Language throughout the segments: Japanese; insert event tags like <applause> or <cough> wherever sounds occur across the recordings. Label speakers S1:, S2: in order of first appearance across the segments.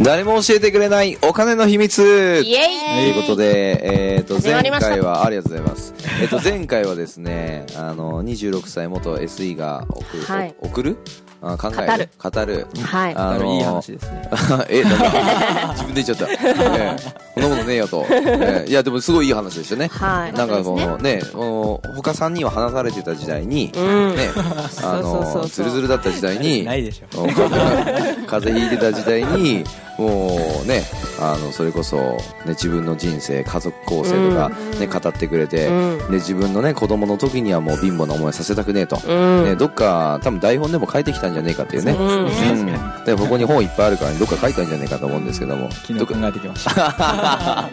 S1: 誰も教えてくれないお金の秘密
S2: イエイ
S1: ということで、えっ、と、
S2: 始ま
S1: 前
S2: りました
S1: 回は、ありがとうございます。えっ、と、前回はですね、あの、26歳元 SE が送る、
S2: はい
S1: お送るあ考える語る。
S2: はい
S1: あの
S3: いい話ですね。
S1: <laughs> え、なんだ自分で言っちゃった。ええこんなことねえよと。ええいや、でもすごいいい話でしたね。
S2: はい
S1: なんか
S2: そう
S1: こ
S2: です
S1: のね、この他3人は話されてた時代に、
S2: うん
S1: ね、あ
S2: <laughs> そうそうそうそ
S1: の、
S2: う
S1: ズルズルだった時代に、
S3: <laughs> ないでしょ。
S1: <laughs> お風邪ひいてた時代にもうねあのそれこそ、ね、自分の人生家族構成とか、ね語ってくれて、
S2: うん
S1: で自分の、ね、子供の時にはもう貧乏な思いさせたくねえと、
S2: うん
S1: ね、どっか多分台本でも書いてきたんじゃねえかっていうね
S2: そうで
S1: うんでここに本いっぱいあるからどっか書いたんじゃねえかと思うんですけども
S3: 昨
S1: ど
S3: 日
S1: っか
S3: 考えてきました。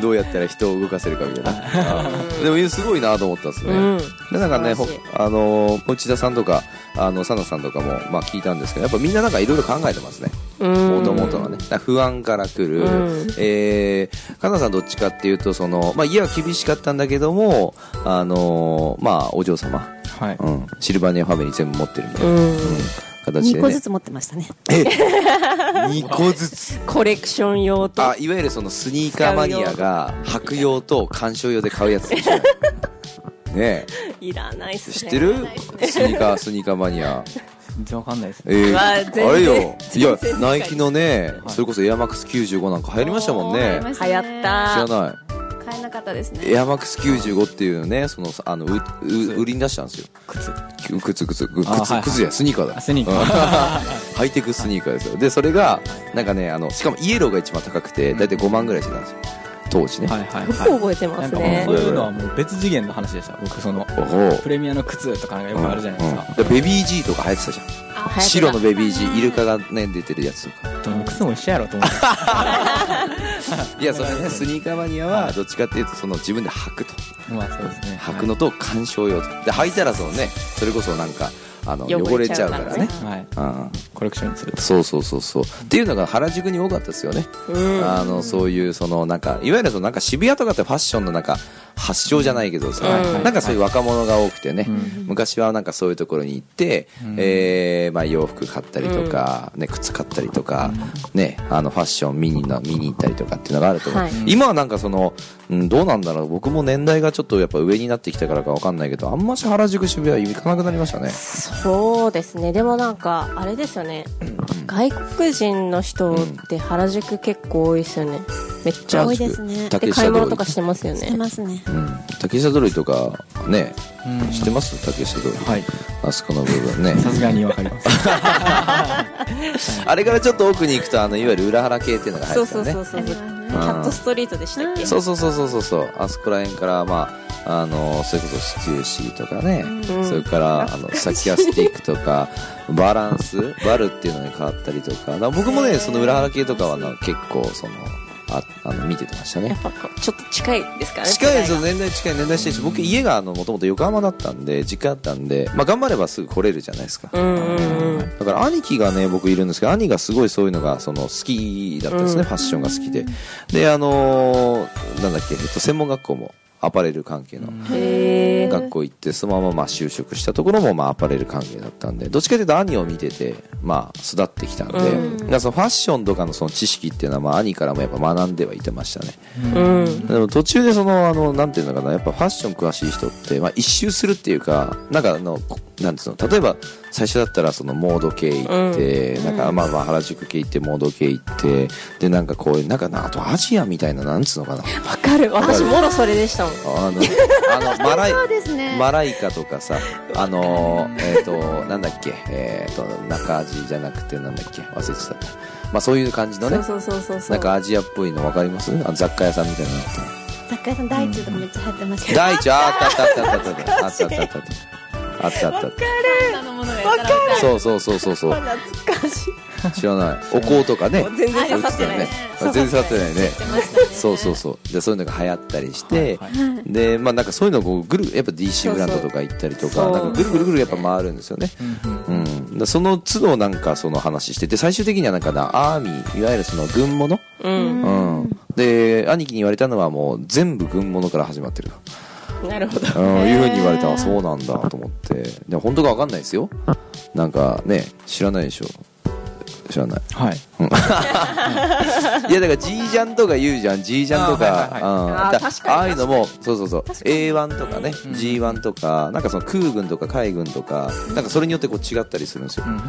S1: どうやったら人を動かせるかみた
S2: <laughs>
S1: いなあーでもすごいなと思ったんですね、
S2: うん
S1: でなんかね、
S2: 素
S1: ほ
S2: 晴らしい
S1: あのー内田さんとか、あの、サナさんとかも、まあ聞いたんですけど、やっぱみんななんかいろいろ考えてますね。
S2: うん
S1: もともとはね。だから不安から来る。
S2: うん
S1: えー、カナさんどっちかっていうと、その、まあ家は厳しかったんだけども、あのーまあお嬢様、
S3: <laughs> はい。
S1: うん、シルバニアファミリー全部持ってるみたいな、
S2: う
S1: うん
S2: ん
S1: 形
S4: 2
S1: で
S4: 個
S1: ね
S4: ず。つ持ってましたね
S1: 2個ずつ。
S2: コレクション用と
S1: あ、いわゆるそのスニーカーマニアが、白用と鑑賞用で買うやつでしょ。
S3: <laughs>
S1: ね
S2: いらないっす
S1: え、
S2: ね
S1: 知ってるスニーカー、スニーカーマニ
S3: <laughs>
S1: ア。
S3: 全然わかんないですね。
S1: え
S2: う
S1: ー、
S2: わ
S1: あ
S2: 全然
S1: れよいや
S2: 全然
S1: ナイキのね
S3: はい
S1: それこそエアマックス95なんか流行りましたもん
S4: 流
S1: ね
S4: 行り
S1: 知
S4: まし
S2: 流行った
S1: らな
S4: 買えなかったです
S1: いエ
S4: ね
S1: アマックス95っていうのねそのあのうう売りに出したんですよ
S3: 靴。
S1: 靴靴靴
S3: あはいは
S1: 靴
S3: い
S1: 靴じゃないスニーカーだ
S3: あスニーカ <laughs> ー
S1: うんハイテクスニーカーですよでそれがなんかねあのしかもイエローが一番高くて大体5万ぐらいしてたんですよ当時ね
S3: はいはい
S2: よく
S3: は
S2: 覚えて
S3: い。
S2: ま
S3: な
S2: す
S3: んかもう
S2: ね
S3: そういうのはもう別次元の話でした。僕その
S1: おほう
S3: プレミアの靴とかなんかよくあるじゃないですか。
S1: うんうんでベビー G とか流行ってたじゃん白のベビー G イルカがね出てるやつとか
S3: どの靴も一緒やろと思って。
S1: いやそれねスニーカーマニアはどっちかっていうとその自分で履くと
S3: まあそうで
S1: <laughs>
S3: すね。
S1: 履くのと鑑賞用とで履いたらそのねそれこそなんかあの汚
S2: 汚
S1: れち
S2: れち
S1: ゃ
S2: ゃ
S1: う
S2: う
S1: か
S2: からら
S1: ね
S2: ね
S3: はい。
S1: うん
S3: コレクションにすると。
S1: そうそうそうそうっていうのが原宿に多かったですよね、
S2: うん
S1: あのそういうそのなんかいわゆるそのなんか渋谷とかってファッションのなんか発祥じゃないけどさ、
S2: うん
S1: なんかそういう若者が多くてね、
S3: うん
S1: 昔はなんかそういうところに行って、
S3: うん
S1: えーまあ、洋服買ったりとか、ね、靴買ったりとか、ね、あのファッション見にな見に行ったりとかっていうのがあると思う、
S2: はい
S1: 今はなんかその、うん、どうなんだろう僕も年代がちょっとやっぱ上になってきたからかわかんないけどあんまし原宿渋谷行かなくなりましたね
S2: そうですねでもなんかあれですよね外国人の人って原宿結構多いですよねめっちゃ
S4: 多いですね
S1: 竹
S2: で
S1: 下
S2: 買
S1: 通
S2: い物
S1: り
S2: とかしてますよ
S4: し
S2: ね
S4: てますね
S1: うん竹下通りとかね
S3: うん
S1: 知ってます竹下通り、
S3: はい。
S1: あそこの部分ね
S3: さすがにわかります。
S1: あれからちょっと奥に行くとあのいわゆる裏原系っていうのが入
S2: そう
S1: ってた
S2: そ
S1: ね
S2: うそうそうキ
S1: うん
S2: ャットストリートでしたっけ
S1: そうそうそうそうそうそうあそこら辺からまああのそれこそスチューシーとかね、
S2: うん
S1: それからあのサキアスティックとかバランスバルっていうのに変わったりとかだから僕もねその裏腹系とかはな結構そのああの見ててました
S2: や
S1: ね
S2: っぱこうちょっと近いですからね
S1: 近いです
S2: 世
S1: よ年代近い年代近いし僕家がもともと横浜だったんで実家だったんで、まあ、頑張ればすぐ来れるじゃないですか、
S2: 代がうんうんうん
S1: だから兄貴がね僕いるんですけど兄がすごいそういうのがその好きだったんですね、
S2: うん
S1: ファッションが好きでであのーなんだっけ、えっと、専門学校もアパレル関係の
S2: へえ
S1: 学校行ってそのまままあ就職したところもまあアパレル関係だったんでどっちかというと兄を見ててまあ育ってきたんで、
S2: うん
S1: だからそのファッションとかのその知識っていうのはまあ兄からもやっぱ学んではいてましたね
S2: うん
S1: でも途中でその、あの、なんていうのかな、やっぱファッション詳しい人って、まあ一周するっていうか、なんかあの、こなんていうの、例えば最初だったらそのモード系行って、なんかまあまあ原宿系行って、モード系行って、でなんかこういう、なんかな、あとアジアみたいな、なんつうのかな、
S2: わかる私もろそれでしたもん
S1: あ
S2: <laughs>
S1: の、あの、マライ、
S4: そうですね
S1: マライカとかさ、あの、えっ、と、なんだっけ、えっ、と、中アジじゃなくてなんだっけ、忘れてた。まあそういう感じのね、
S2: そうそうそうそう
S1: なんかアジアっぽいの分かりますあの雑貨屋さんみたいなのって。
S4: 雑貨屋さん大地とかめっちゃ入ってました
S1: <laughs> 第一あったあったあったあったあったあったあったあったあったあったあった
S4: 大のものがやったらわかる
S1: そうそうそうそうそう
S2: 懐かしい
S1: 知らないお香とかね
S2: もう全然刺さってないです
S1: あ全然刺さってな
S4: 知っ
S1: いね
S4: てましたね
S1: そうそうそうでそういうのが流行ったりして
S3: はい
S1: でまあなんかそういうのをこうぐるやっぱ DC ブランドとか行ったりと
S2: そ
S1: か
S2: う
S1: なんかぐるぐるぐるやっぱ回るんですよね
S3: うん
S1: うんでその都度なんかその話してて最終的にはなんかなアーミーいわゆるその軍物
S2: うん
S1: うんで兄貴に言われたのはもう全部軍物から始まってると
S2: なるほど
S1: うん、いうふうに言われたらそうなんだと思ってでも本当かわかんないですよなんかね知らないでしょ知
S2: <laughs>
S1: らない
S3: はい。
S1: いやだから G ジャンとか言うじゃん G ジャンとか
S3: あーはい
S1: うん
S2: あー
S1: だ
S2: 確かに
S1: ああいうのもそうそうそう
S2: 確かに
S1: A1 とかね
S3: うん
S1: G1 とかなんかその空軍とか海軍とかなんかそれによってこう違ったりするんですよ
S3: うんうん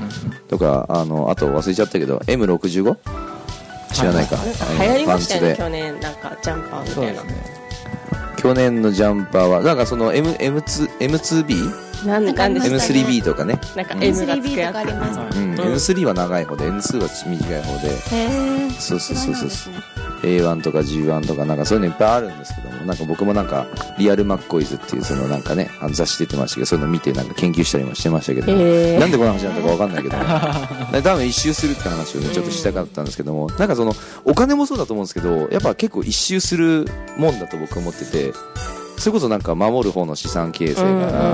S1: とかあのあと忘れちゃったけど M65 知らないか
S2: なんか
S1: あ
S2: 流
S1: の
S2: 行りましたよ
S1: パ
S2: ね
S1: ンツで
S2: 去年なんかジャンパーみ
S3: そう
S2: たい
S3: で
S2: な
S3: すね。
S1: 去年のジャンパーはなんかその M- M2 M2B
S2: なん
S4: なんかありましたね
S1: M3B とかね
S2: なんか
S1: うん
S2: M がつ
S4: 3B
S2: く
S4: と
S2: や
S4: かあ
S2: つ
S4: ります
S1: うん
S2: ん
S1: N3 は長い方で N2 は短い方で
S4: へえ
S1: そうそうそうそう
S4: そうなんで
S1: A1 とか G1 とかなんかそういうのいっぱいあるんですけどもなんか僕もなんかリアルマッコイズっていうそのなんかねあの雑誌出てましたけどそういうの見てなんか研究したりもしてましたけども、
S2: へー
S1: なんでこの話になったかわかんないけども
S2: <laughs>
S1: で多分一周するって話をねちょっとしたかったんですけども、なんかそのお金もそうだと思うんですけどやっぱ結構一周するもんだと僕は思ってて。それこそなんか守る方の資産形成から
S2: う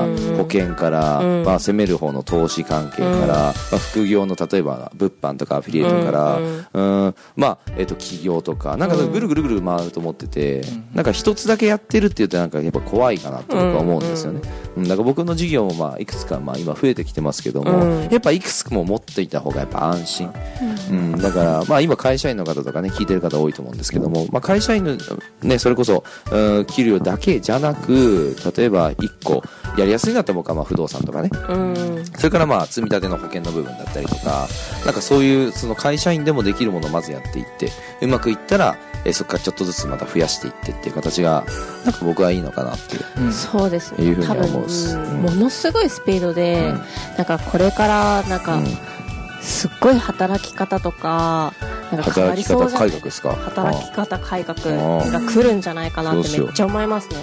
S2: んうんうん
S1: 保険から、
S2: うん
S1: まあ、攻める方の投資関係から、
S2: うん
S1: まあ、副業の例えば物販とかアフィリエイトから、
S2: うんうん
S1: うんまあえっと起業とかなんか
S2: うん
S1: ぐるぐるぐる回ると思ってて、
S3: ん
S1: なんか一つだけやってるっていうとなんかやっぱ怖いかなと僕は思うんですよね、うんだから僕の事業もまあいくつかまあ今増えてきてますけども、
S2: うん
S1: やっぱいくつも持っていた方がやっぱ安心、うんだからまあ今会社員の方とかね聞いてる方多いと思うんですけども、まあ、会社員のねそれこそ、うん、給料だけじゃなく例えば一個やりやすいなと僕はまあ不動産とかね
S2: うん
S1: それからまあ積み立ての保険の部分だったりとか、なんかそういうその会社員でもできるものをまずやっていって、うまくいったら、えーそこからちょっとずつまた増やしていってっていう形が、なんか僕はいいのかなっていう。
S3: うん
S2: そうです
S1: いう
S2: ね
S1: ふうに
S2: 多分
S1: 思うっす
S2: うん
S1: うん
S2: ものすごいスピードで、
S1: うん
S2: なんかこれからなんか、
S1: うん
S2: すっごい働き方とかなんか変
S1: 働
S2: わ
S1: き
S2: りそ
S1: 方
S2: うじゃな
S1: 改
S2: い
S1: 革ですか
S2: 働き
S1: あ
S2: 方改革
S1: あー
S2: が来るんじゃないかな
S1: ど
S2: っ
S1: うしてよう
S2: めっちゃ思いますね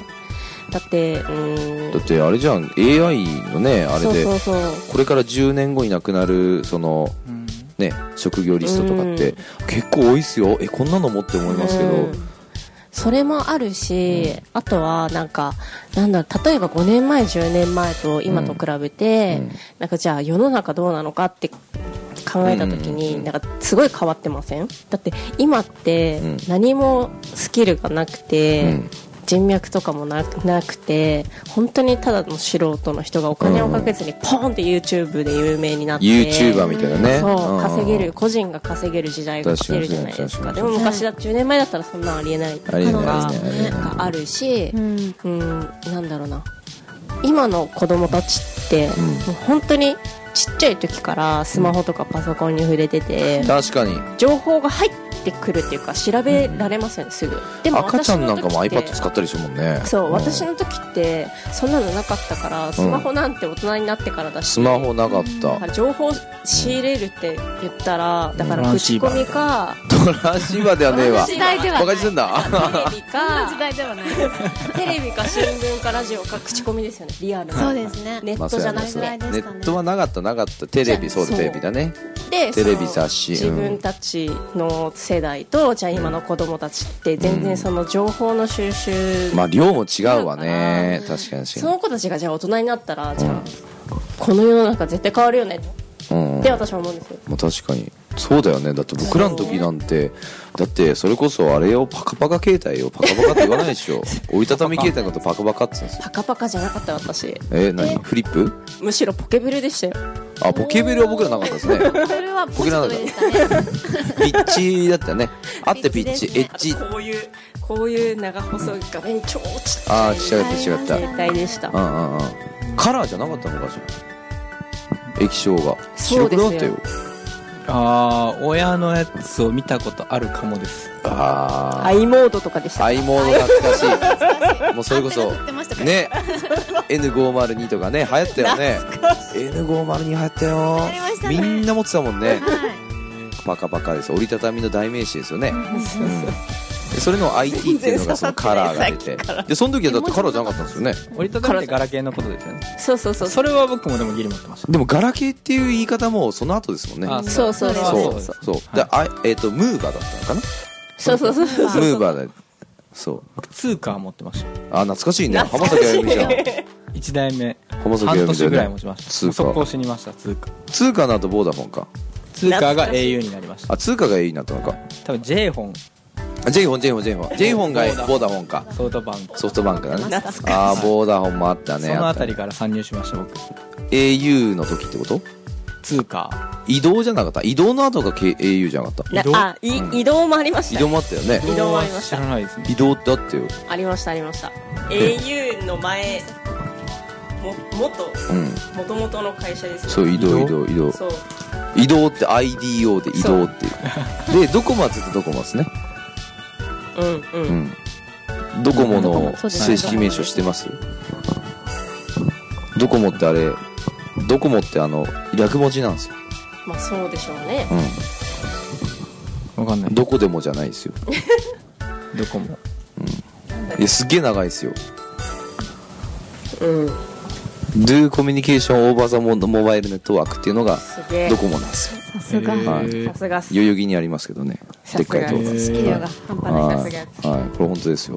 S2: だってうん
S1: あだってあれじゃん、AI のね、あれ
S2: そう
S1: で、
S2: そうそう
S1: これから10年後になくなる、その、
S3: うん
S1: ね、職業リストとかって、結構多いっすよ。え、こんなのもって思いますけ
S2: う
S1: ど
S2: ん、それもあるし、あとはなんかなんだろう例えば5年前10年前と今と比べて、
S1: うん
S2: なんかじゃあ世の中どうなのかって考えた時に、
S1: うん
S2: なんかすごい変わってませんだって今って
S1: うん
S2: 何もスキルがなくて、
S1: うん
S2: 人脈とかもなくなくて本当にただの素人の人がお金をかけずにポーンって YouTube で有名になって
S1: YouTuber みたいなね。
S2: そう、
S1: ん
S2: 稼げる、個人が稼げる時代が来てるじゃないです
S1: 確
S2: か。
S1: か
S2: で
S1: に
S2: も昔だ、10年前だったらそんなんありえない
S1: ありえない
S2: のが
S1: ありえないありえない
S2: があるし
S4: す、ね
S2: うん、なんだろうな。今の子供たちって、
S1: ん
S2: もう本当にちっちゃい時からスマホとかパソコンに触れてて、
S1: 確かに。
S2: 情報が入ってくるっていうか調べられますよね、すぐ。でも
S1: 赤ちゃんなんかも
S2: 私の時って
S1: iPad 使ったりするもんね。
S2: そう、
S1: ん
S2: 私の時ってそんなのなかったから、スマホなんて大人になってからだし、
S1: スマホなかっ
S2: だか
S1: た。
S2: ら情報仕入れるって言ったらだから
S3: トラン
S2: 口
S3: シーバ
S2: コ
S3: ー
S2: ミか
S1: トランシーバーではねえわ
S4: うん。時代では
S1: バ
S4: な
S1: カ
S4: い
S1: にすんな。
S2: テレビ
S4: そんな時
S2: か
S4: 代ではないです
S2: テレビか <laughs> 新聞かラジオか口コミですよねリアルな
S4: そうですね
S2: ネ
S1: まあ
S2: ッ
S1: そ
S2: ト
S1: う
S2: じ
S1: や
S2: ゃ
S1: な
S2: な
S1: そう
S2: く
S1: や
S2: て
S1: ネットはなかったなかったテレビそうだ
S2: そう
S1: テレビだね
S2: で
S1: テレビ
S2: その
S1: 雑誌
S2: 自
S1: うん
S2: 分たちの世代とじゃあ今の子供たちって全然その情報の収集
S1: まあ量も違うわね確かに確
S2: そ
S1: かに
S2: の子たちがじゃあ大人になったらじゃあこの世の中絶対変わるよね
S1: うん
S2: って私は思うんですよ
S1: まあ確かにそうだよねだって僕らの時なんてだってそれこそあれをパカパカ携帯をパカパカって言わないでしょ折りたたみ携帯のことパカパカって言うんですよ
S2: パカパカじゃなかった私
S1: え何フリップ
S2: むしろポケベルでしたよ
S1: あポケベルは僕らなかったですね
S4: それはポジティブでしたね
S1: ピッチだったよねあってピッチ
S4: ピッチです
S1: エ
S4: ね
S1: ッジ
S2: <laughs> こういうこういう長細い画面超ちっち
S1: あ
S2: ゃ
S1: あ
S2: い
S1: 違った違った
S2: 携帯でした
S1: うんうんうんカラーじゃなかったのかしら液晶が
S2: そう
S1: 白
S2: で
S1: く
S2: す
S1: な
S2: よ
S1: ったよ
S3: ああ、親のやつを見たことあるかもです。
S1: あ
S2: i モードとかでし
S1: あ
S2: た
S1: アイモード懐かしいもうそれこそ
S4: 勝手に振ってましたから
S1: ね N502 とかね流行ったよね N502 流行ったよ
S4: りました
S1: み
S4: ね
S1: んな持ってたもんね
S4: は
S1: パカパカです折りたたみの代名詞ですよね、
S4: いうん
S1: でそれの IT っていうのがそのカラーが出てでその時はだってカラーじゃなかったんですよね
S3: 折りたたみってガラケーのことですよね。
S2: そうそうそう
S3: それは僕もでもギリ持ってました。
S1: でもガラケーっていう言い方もその後ですもんね
S3: あ
S2: そうそ
S4: そ
S2: うそう
S1: そ
S2: そうう
S1: そ
S2: そう
S1: であえっとムーバーだったのかな
S2: うそうそうそう
S1: ムーバーでそう
S3: 僕、ツーカー持ってました。
S1: あ懐かしいね
S2: 懐
S1: 浜
S2: か
S1: 崎あ
S2: しい
S1: ゆみじゃん
S3: 1代目。
S1: 浜崎あゆ
S3: 半
S1: みじ
S3: 年
S1: ゃん
S3: ぐらい持ちました。
S1: 通
S3: もう速
S1: 貨
S3: 攻死にました、通貨。
S1: 通貨の後ボーダフォンか
S3: 通貨が au になりました。
S1: あ通貨がいいなったのか
S3: 多分 J 本、
S1: あジェイホンジェイホンジェイホンジェイホンがボーダフォンか
S3: ソフトバンク。
S1: ソフトバンクだね
S2: 懐かしい
S1: あーボーダフォンもあったね
S3: そのあたり
S1: あっ
S3: から参入しました、僕。
S1: たね au の時ってこと
S3: 通貨。
S1: 移動じゃなかった移動の後が K- au じゃなかった
S3: 移動
S2: あい
S1: うん
S2: 移動もありまし
S1: 移
S2: た
S1: 動もあったよね
S2: 移動もありまし
S3: 知
S2: た
S3: らないですね
S1: 移動ってあったよ
S2: ありましたありました au の前も元
S1: うん
S2: 元々の会社ですね
S1: そう移動移
S3: 移
S1: 動移動
S2: そう
S1: 移動って IDO で移動っていうでドコモはずっとドコモですね
S2: うんう
S1: うんんドコモ
S2: ドコ
S1: の
S2: モそうです
S1: 正式名称してますドコモってあれドコモってあの略文字なんですよ、
S2: まあそうでしょうね
S1: う
S3: わかんない
S1: ん、どこでもじゃないですよ
S3: どこも
S1: いやすっげえ長いですよ
S2: うん
S1: Do Communication Over the Mo- Mobile Network っていうのが
S2: すげえ
S1: ドコモなんですよ
S4: さすが
S3: えー
S2: さすがっす
S1: 代々木にありますけどねでっかい
S2: さす
S1: 塔
S2: が
S1: が
S3: です
S4: 知識量が半端
S1: は
S4: ないい
S1: はいこれ本当ですよ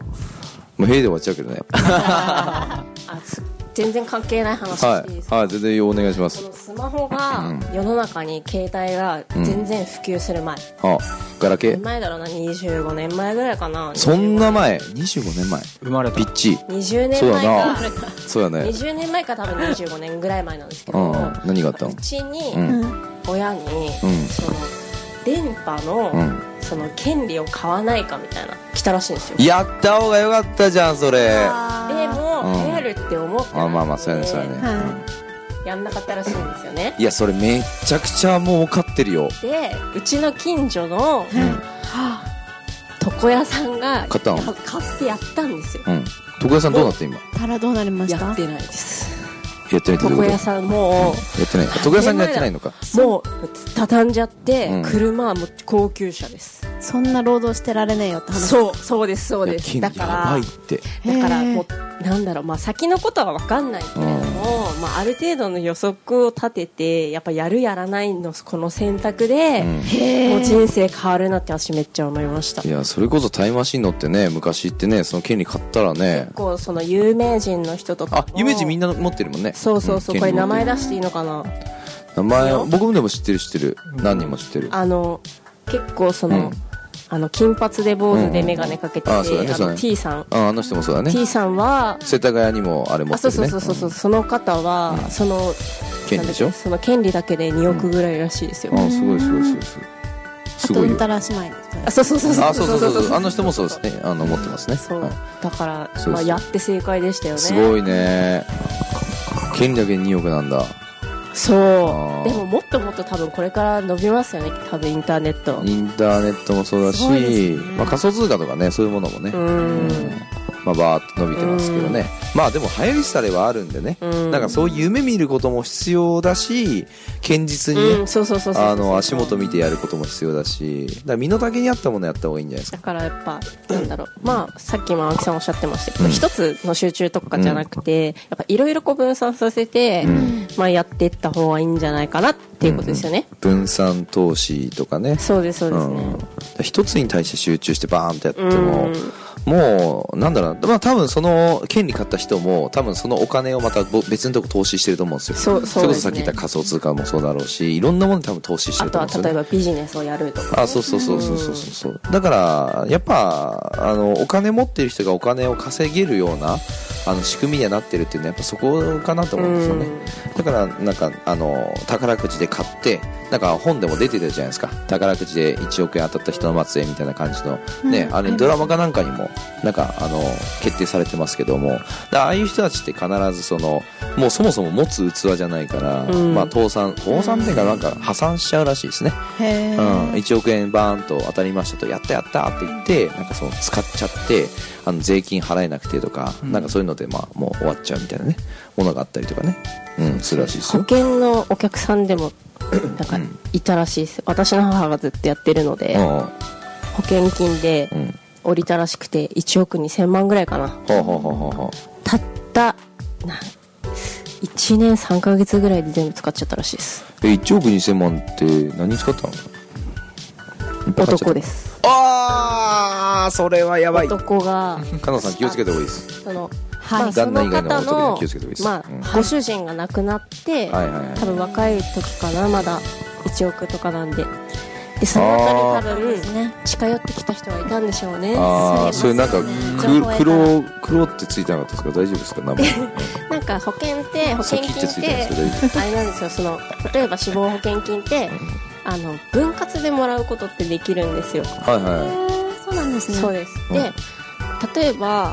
S1: もう平で終わっちゃうけどね
S2: あつ全然関係ない話
S1: は
S2: していいです
S1: い
S2: か、
S1: はい全然お願いしま
S2: こ
S1: す
S2: のスマホが
S1: うん
S2: 世の中に携帯が全然普及する前、
S1: あガラケ
S2: 何
S1: ー
S2: 前だろうな25年前ぐらいかな
S1: そんな前25年前
S3: 生まれた
S1: ピッチ
S2: 20年
S1: そうだ
S2: 前か
S1: なそうやね
S2: 20年前か多分25年ぐらい前なんですけ
S1: う
S2: ど
S1: ん
S2: う
S1: 何があったの
S2: ちに
S1: うん
S2: 親に
S1: うん
S2: その電波
S1: う
S2: の
S1: ん
S2: その権利を買わないかみたいな来たらしいんですよ
S1: やった方がよかったじゃんそれ
S2: で
S4: あ
S2: も
S1: うん
S2: 流行るって思ってなくて
S1: あまあまあそうやねそうやね、
S4: は
S2: やんなかったらしいんですよね
S1: いやそれめっちゃくちゃもう分かってるよ
S2: でうちの近所の床屋さんが
S1: 買ったの
S2: か買ってやったんですよ
S1: うん床屋さんどうなった今
S4: ーたらどうなりました
S2: やってないです
S1: やってないってどういうこ
S2: 床
S1: と
S2: 屋さんも
S1: やってない床屋さんがやってないのか
S2: うもう畳んじゃって、
S1: うん
S2: 車はもう高級車です
S4: そんな労働してられねえよって話
S2: そうそうですそう
S1: いや
S2: です
S1: 金
S2: だ
S1: やば
S2: か
S1: いって
S2: らだから
S4: へー
S2: もうなんだろう、まあ、先のことは分かんないけれども、まあ、ある程度の予測を立ててやっぱやるやらないのこの選択で、
S1: うん
S4: へ
S2: もう
S4: え
S2: 人生変わるなって私めっちゃ思いました
S1: いやそれこそタイムマシン乗ってね昔ってねその権利買ったらね
S2: 結構その有名人の人とか
S1: あ
S2: も
S1: 夢二みんな持ってるもんね
S2: そうそうそう、
S1: ん
S2: これ名前
S1: 権
S2: 出していいのかな
S1: 利名前僕もでも知ってる知ってる何人も知ってる
S2: あの結構その,、
S1: うん
S2: あの金髪で坊主で眼鏡かけてて、
S1: うんうんあそうだね
S2: あ
S1: そうだ
S2: の
S1: ね
S2: T さん、
S1: ああの人もそうだね
S2: T さんは、
S1: 世田谷にもあれ持
S2: あ
S1: っ
S2: そ
S1: て
S2: う
S1: る
S2: そう
S1: ね
S2: そうそうそう、
S1: ん
S2: その方は、
S1: うん
S2: その
S1: 権利でしょ
S2: なんだっけその権利だけで2億ぐらいらしいですよ、
S1: ああすごいすごいすごいすごい
S4: あ
S1: す
S4: と
S1: ご
S4: う
S1: い
S4: ん
S1: よ
S4: たらしないです
S2: あそうそうそうそう
S1: あそうそうそうそうあの人もそうですねあの持ってますね
S2: そう、
S1: はい
S2: だから
S1: そうそう
S2: まあ、やって正解でしたよね
S1: すごいね権利だけに2億なんだ
S2: そ
S1: あー
S2: うでももっともっと多分これから伸びますよね多分インターネット
S1: インターネットもそうだし
S4: すごいですね
S1: まあ、仮想通貨とかねそういうものもね
S2: うーん
S1: まあ、バーッと伸びてますけどねまあでも流行り廃れはあるんでね
S2: うん
S1: なんかそういう夢見ることも必要だし堅実に
S2: う
S1: ね
S2: ん、そうそうそうそうそう
S1: あの足元見てやることも必要だしだから身の丈に合ったものやった方がいいんじゃないです
S2: だ
S1: か
S2: からやっぱなんだろうまあさっきも青木さんおっしゃってましたけど
S1: うん
S2: 一、つの集中とかじゃなくて、やっぱいろいろこう分散させて、
S1: うん
S2: まあやっていった方がいいんじゃないかなっていうことですよね、
S1: 分散投資とかね
S2: そうですそうです
S1: う
S2: ね
S1: ん、だから一つに対して集中してバーンとやっても
S2: うん
S1: もうなんだろうなまあ多分その権利買った人も多分そのお金をまたぼ別のとこ投資してると思うんですよ
S2: そうそう
S1: れ
S2: で
S1: こそさっ
S2: す
S1: き言
S2: ね
S1: った仮想通貨もそうだろうしいろんなものに多分投資して
S2: あ
S1: ると
S2: と
S1: 思
S2: は
S1: うんですよ、ね、
S2: 例えばビジネスをやるとか
S1: あそうそうそうそうそうそうそうだからやっぱあのお金持ってる人がお金を稼げるようなあの仕組みにはなってるっていうのはやっぱそこかなと思うんですよね、だからなんかあの宝くじで買ってなんか本でも出てたじゃないですか宝くじで1億円当たった人の末裔みたいな感じの、ね
S4: うん
S1: あれドラマかなんかにもなんかあの決定されてますけどもだからああいう人たちって必ずそのもうそもそも持つ器じゃないから、
S2: うん
S1: まあ、倒産倒産っていうかなんか破産しちゃうらしいですね、
S4: へえ
S1: うん、1億円バーンと当たりましたとやったやったって言ってなんかその使っちゃってあの税金払えなくてとか、
S3: うん
S1: なんかそういうので、まあ、もう終わっちゃうみたいなねものがあったりとかね、うん、するらしいです
S2: 保
S1: よ
S2: 険のお客さんでもなんか
S1: うん
S2: いたらしいです私の母がずっとやってるので、
S1: う
S2: 保険金で
S1: んうん
S2: 降りたらしくて1億2000万ぐらいかな
S1: ほうほうほうほうほ
S2: たったな1年3ヶ月ぐらいで全部使っちゃったらしいです
S1: うえ1億2000万って何に使ったのいっぱい買っちゃった
S2: 男です
S1: ああそれはやばいか
S2: 男が
S1: なさん気をつけた方がいいです
S2: そ
S1: <laughs>
S2: の,、
S4: はい
S2: まあ、その
S1: 旦那以外の
S2: 方
S1: 男には
S2: の
S1: 気をつけてもいいです
S2: ま
S1: うん
S2: あ、ご主人が亡くなって、
S1: はいはいはい
S2: 多分若い時かなまだ1億とかなんででそ
S1: あ
S2: の
S1: ー
S4: そう
S2: 後に多分
S4: ですね
S2: 近寄ってきた人がいたんでしょうね
S1: ああ
S4: そ
S1: そうれ
S4: いうこ
S1: な
S4: と
S1: んか
S4: ですね
S1: く黒黒ってついてなかったですか大丈夫ですか名前
S2: なんか保険って保険
S1: 先って
S2: 金
S1: つ
S2: っ
S1: いてるん
S2: て
S1: ですけど
S2: あれなんですよその例えば死亡保険金ってあの分割でもらうことってできるんですよ、
S1: はいは
S4: そうなんですね
S2: そうです
S1: うん
S2: で例えば、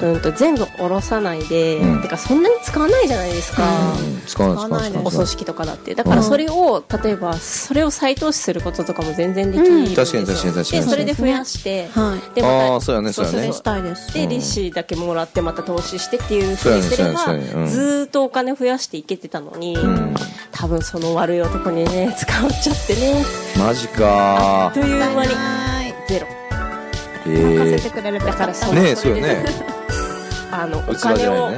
S2: うん、と全部下ろさないで、
S1: うん
S2: てかそんなに使わないじゃないですか、
S1: い、うん、使わない使わない
S4: 使わない
S1: 使わ
S2: お葬
S1: ない
S2: 式とかだってだからそれを、例えばそれを再投資することとかも全然できる
S4: うん
S2: んですよ
S1: 確かに確かに確かに
S2: でそれで増やして、
S4: はい
S2: でまた
S1: ああそうやねそうや
S4: そ
S1: ね
S4: れしたいです
S2: で
S1: うん
S2: 利子だけもらってまた投資してっていうふうにすれば、
S1: そうやねそうやねそうやねうん
S2: ずーっとお金増やしていけてたのに、
S1: うん
S2: 多分その悪い男にね使っちゃってね
S1: マジか
S2: という間に
S4: はい
S2: ゼロ
S1: ええ
S4: 任せて
S1: ー
S4: くれる
S2: だからその
S1: ねえそうよね
S2: あのお
S1: 器じゃない
S2: 金を
S1: ね、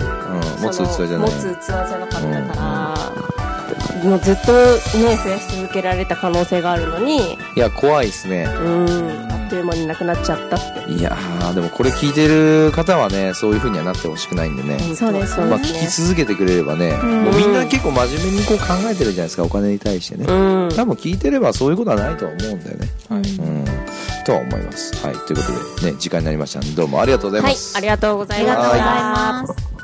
S1: うん、
S2: そ
S1: 持
S2: の
S1: つ器じゃない
S2: 持つ器じゃなかったから、もうずっとね増やし続けられた可能性があるのに
S1: いや怖いですね
S2: うんあっという間になくなっちゃったって
S1: いやーでもこれ聞いてる方はねそういう風にはなってほしくないんでね、
S4: そうです
S2: そう
S1: ま
S2: で
S1: あ、聞き
S2: す
S1: 続けてくれればね、
S4: うん
S1: もうみんな結構真面目にこう考えてるじゃないですかお金に対してね、
S2: ねうん
S1: 多分聞いてればそういうことはないとは思うんだよね
S3: はい
S1: うんとは思いますはいということでね時間になりましたんでどうもありがとうござい
S2: は
S1: ま
S2: い
S1: す、
S2: ありがとうございま
S1: ありがとうござい
S2: した
S4: す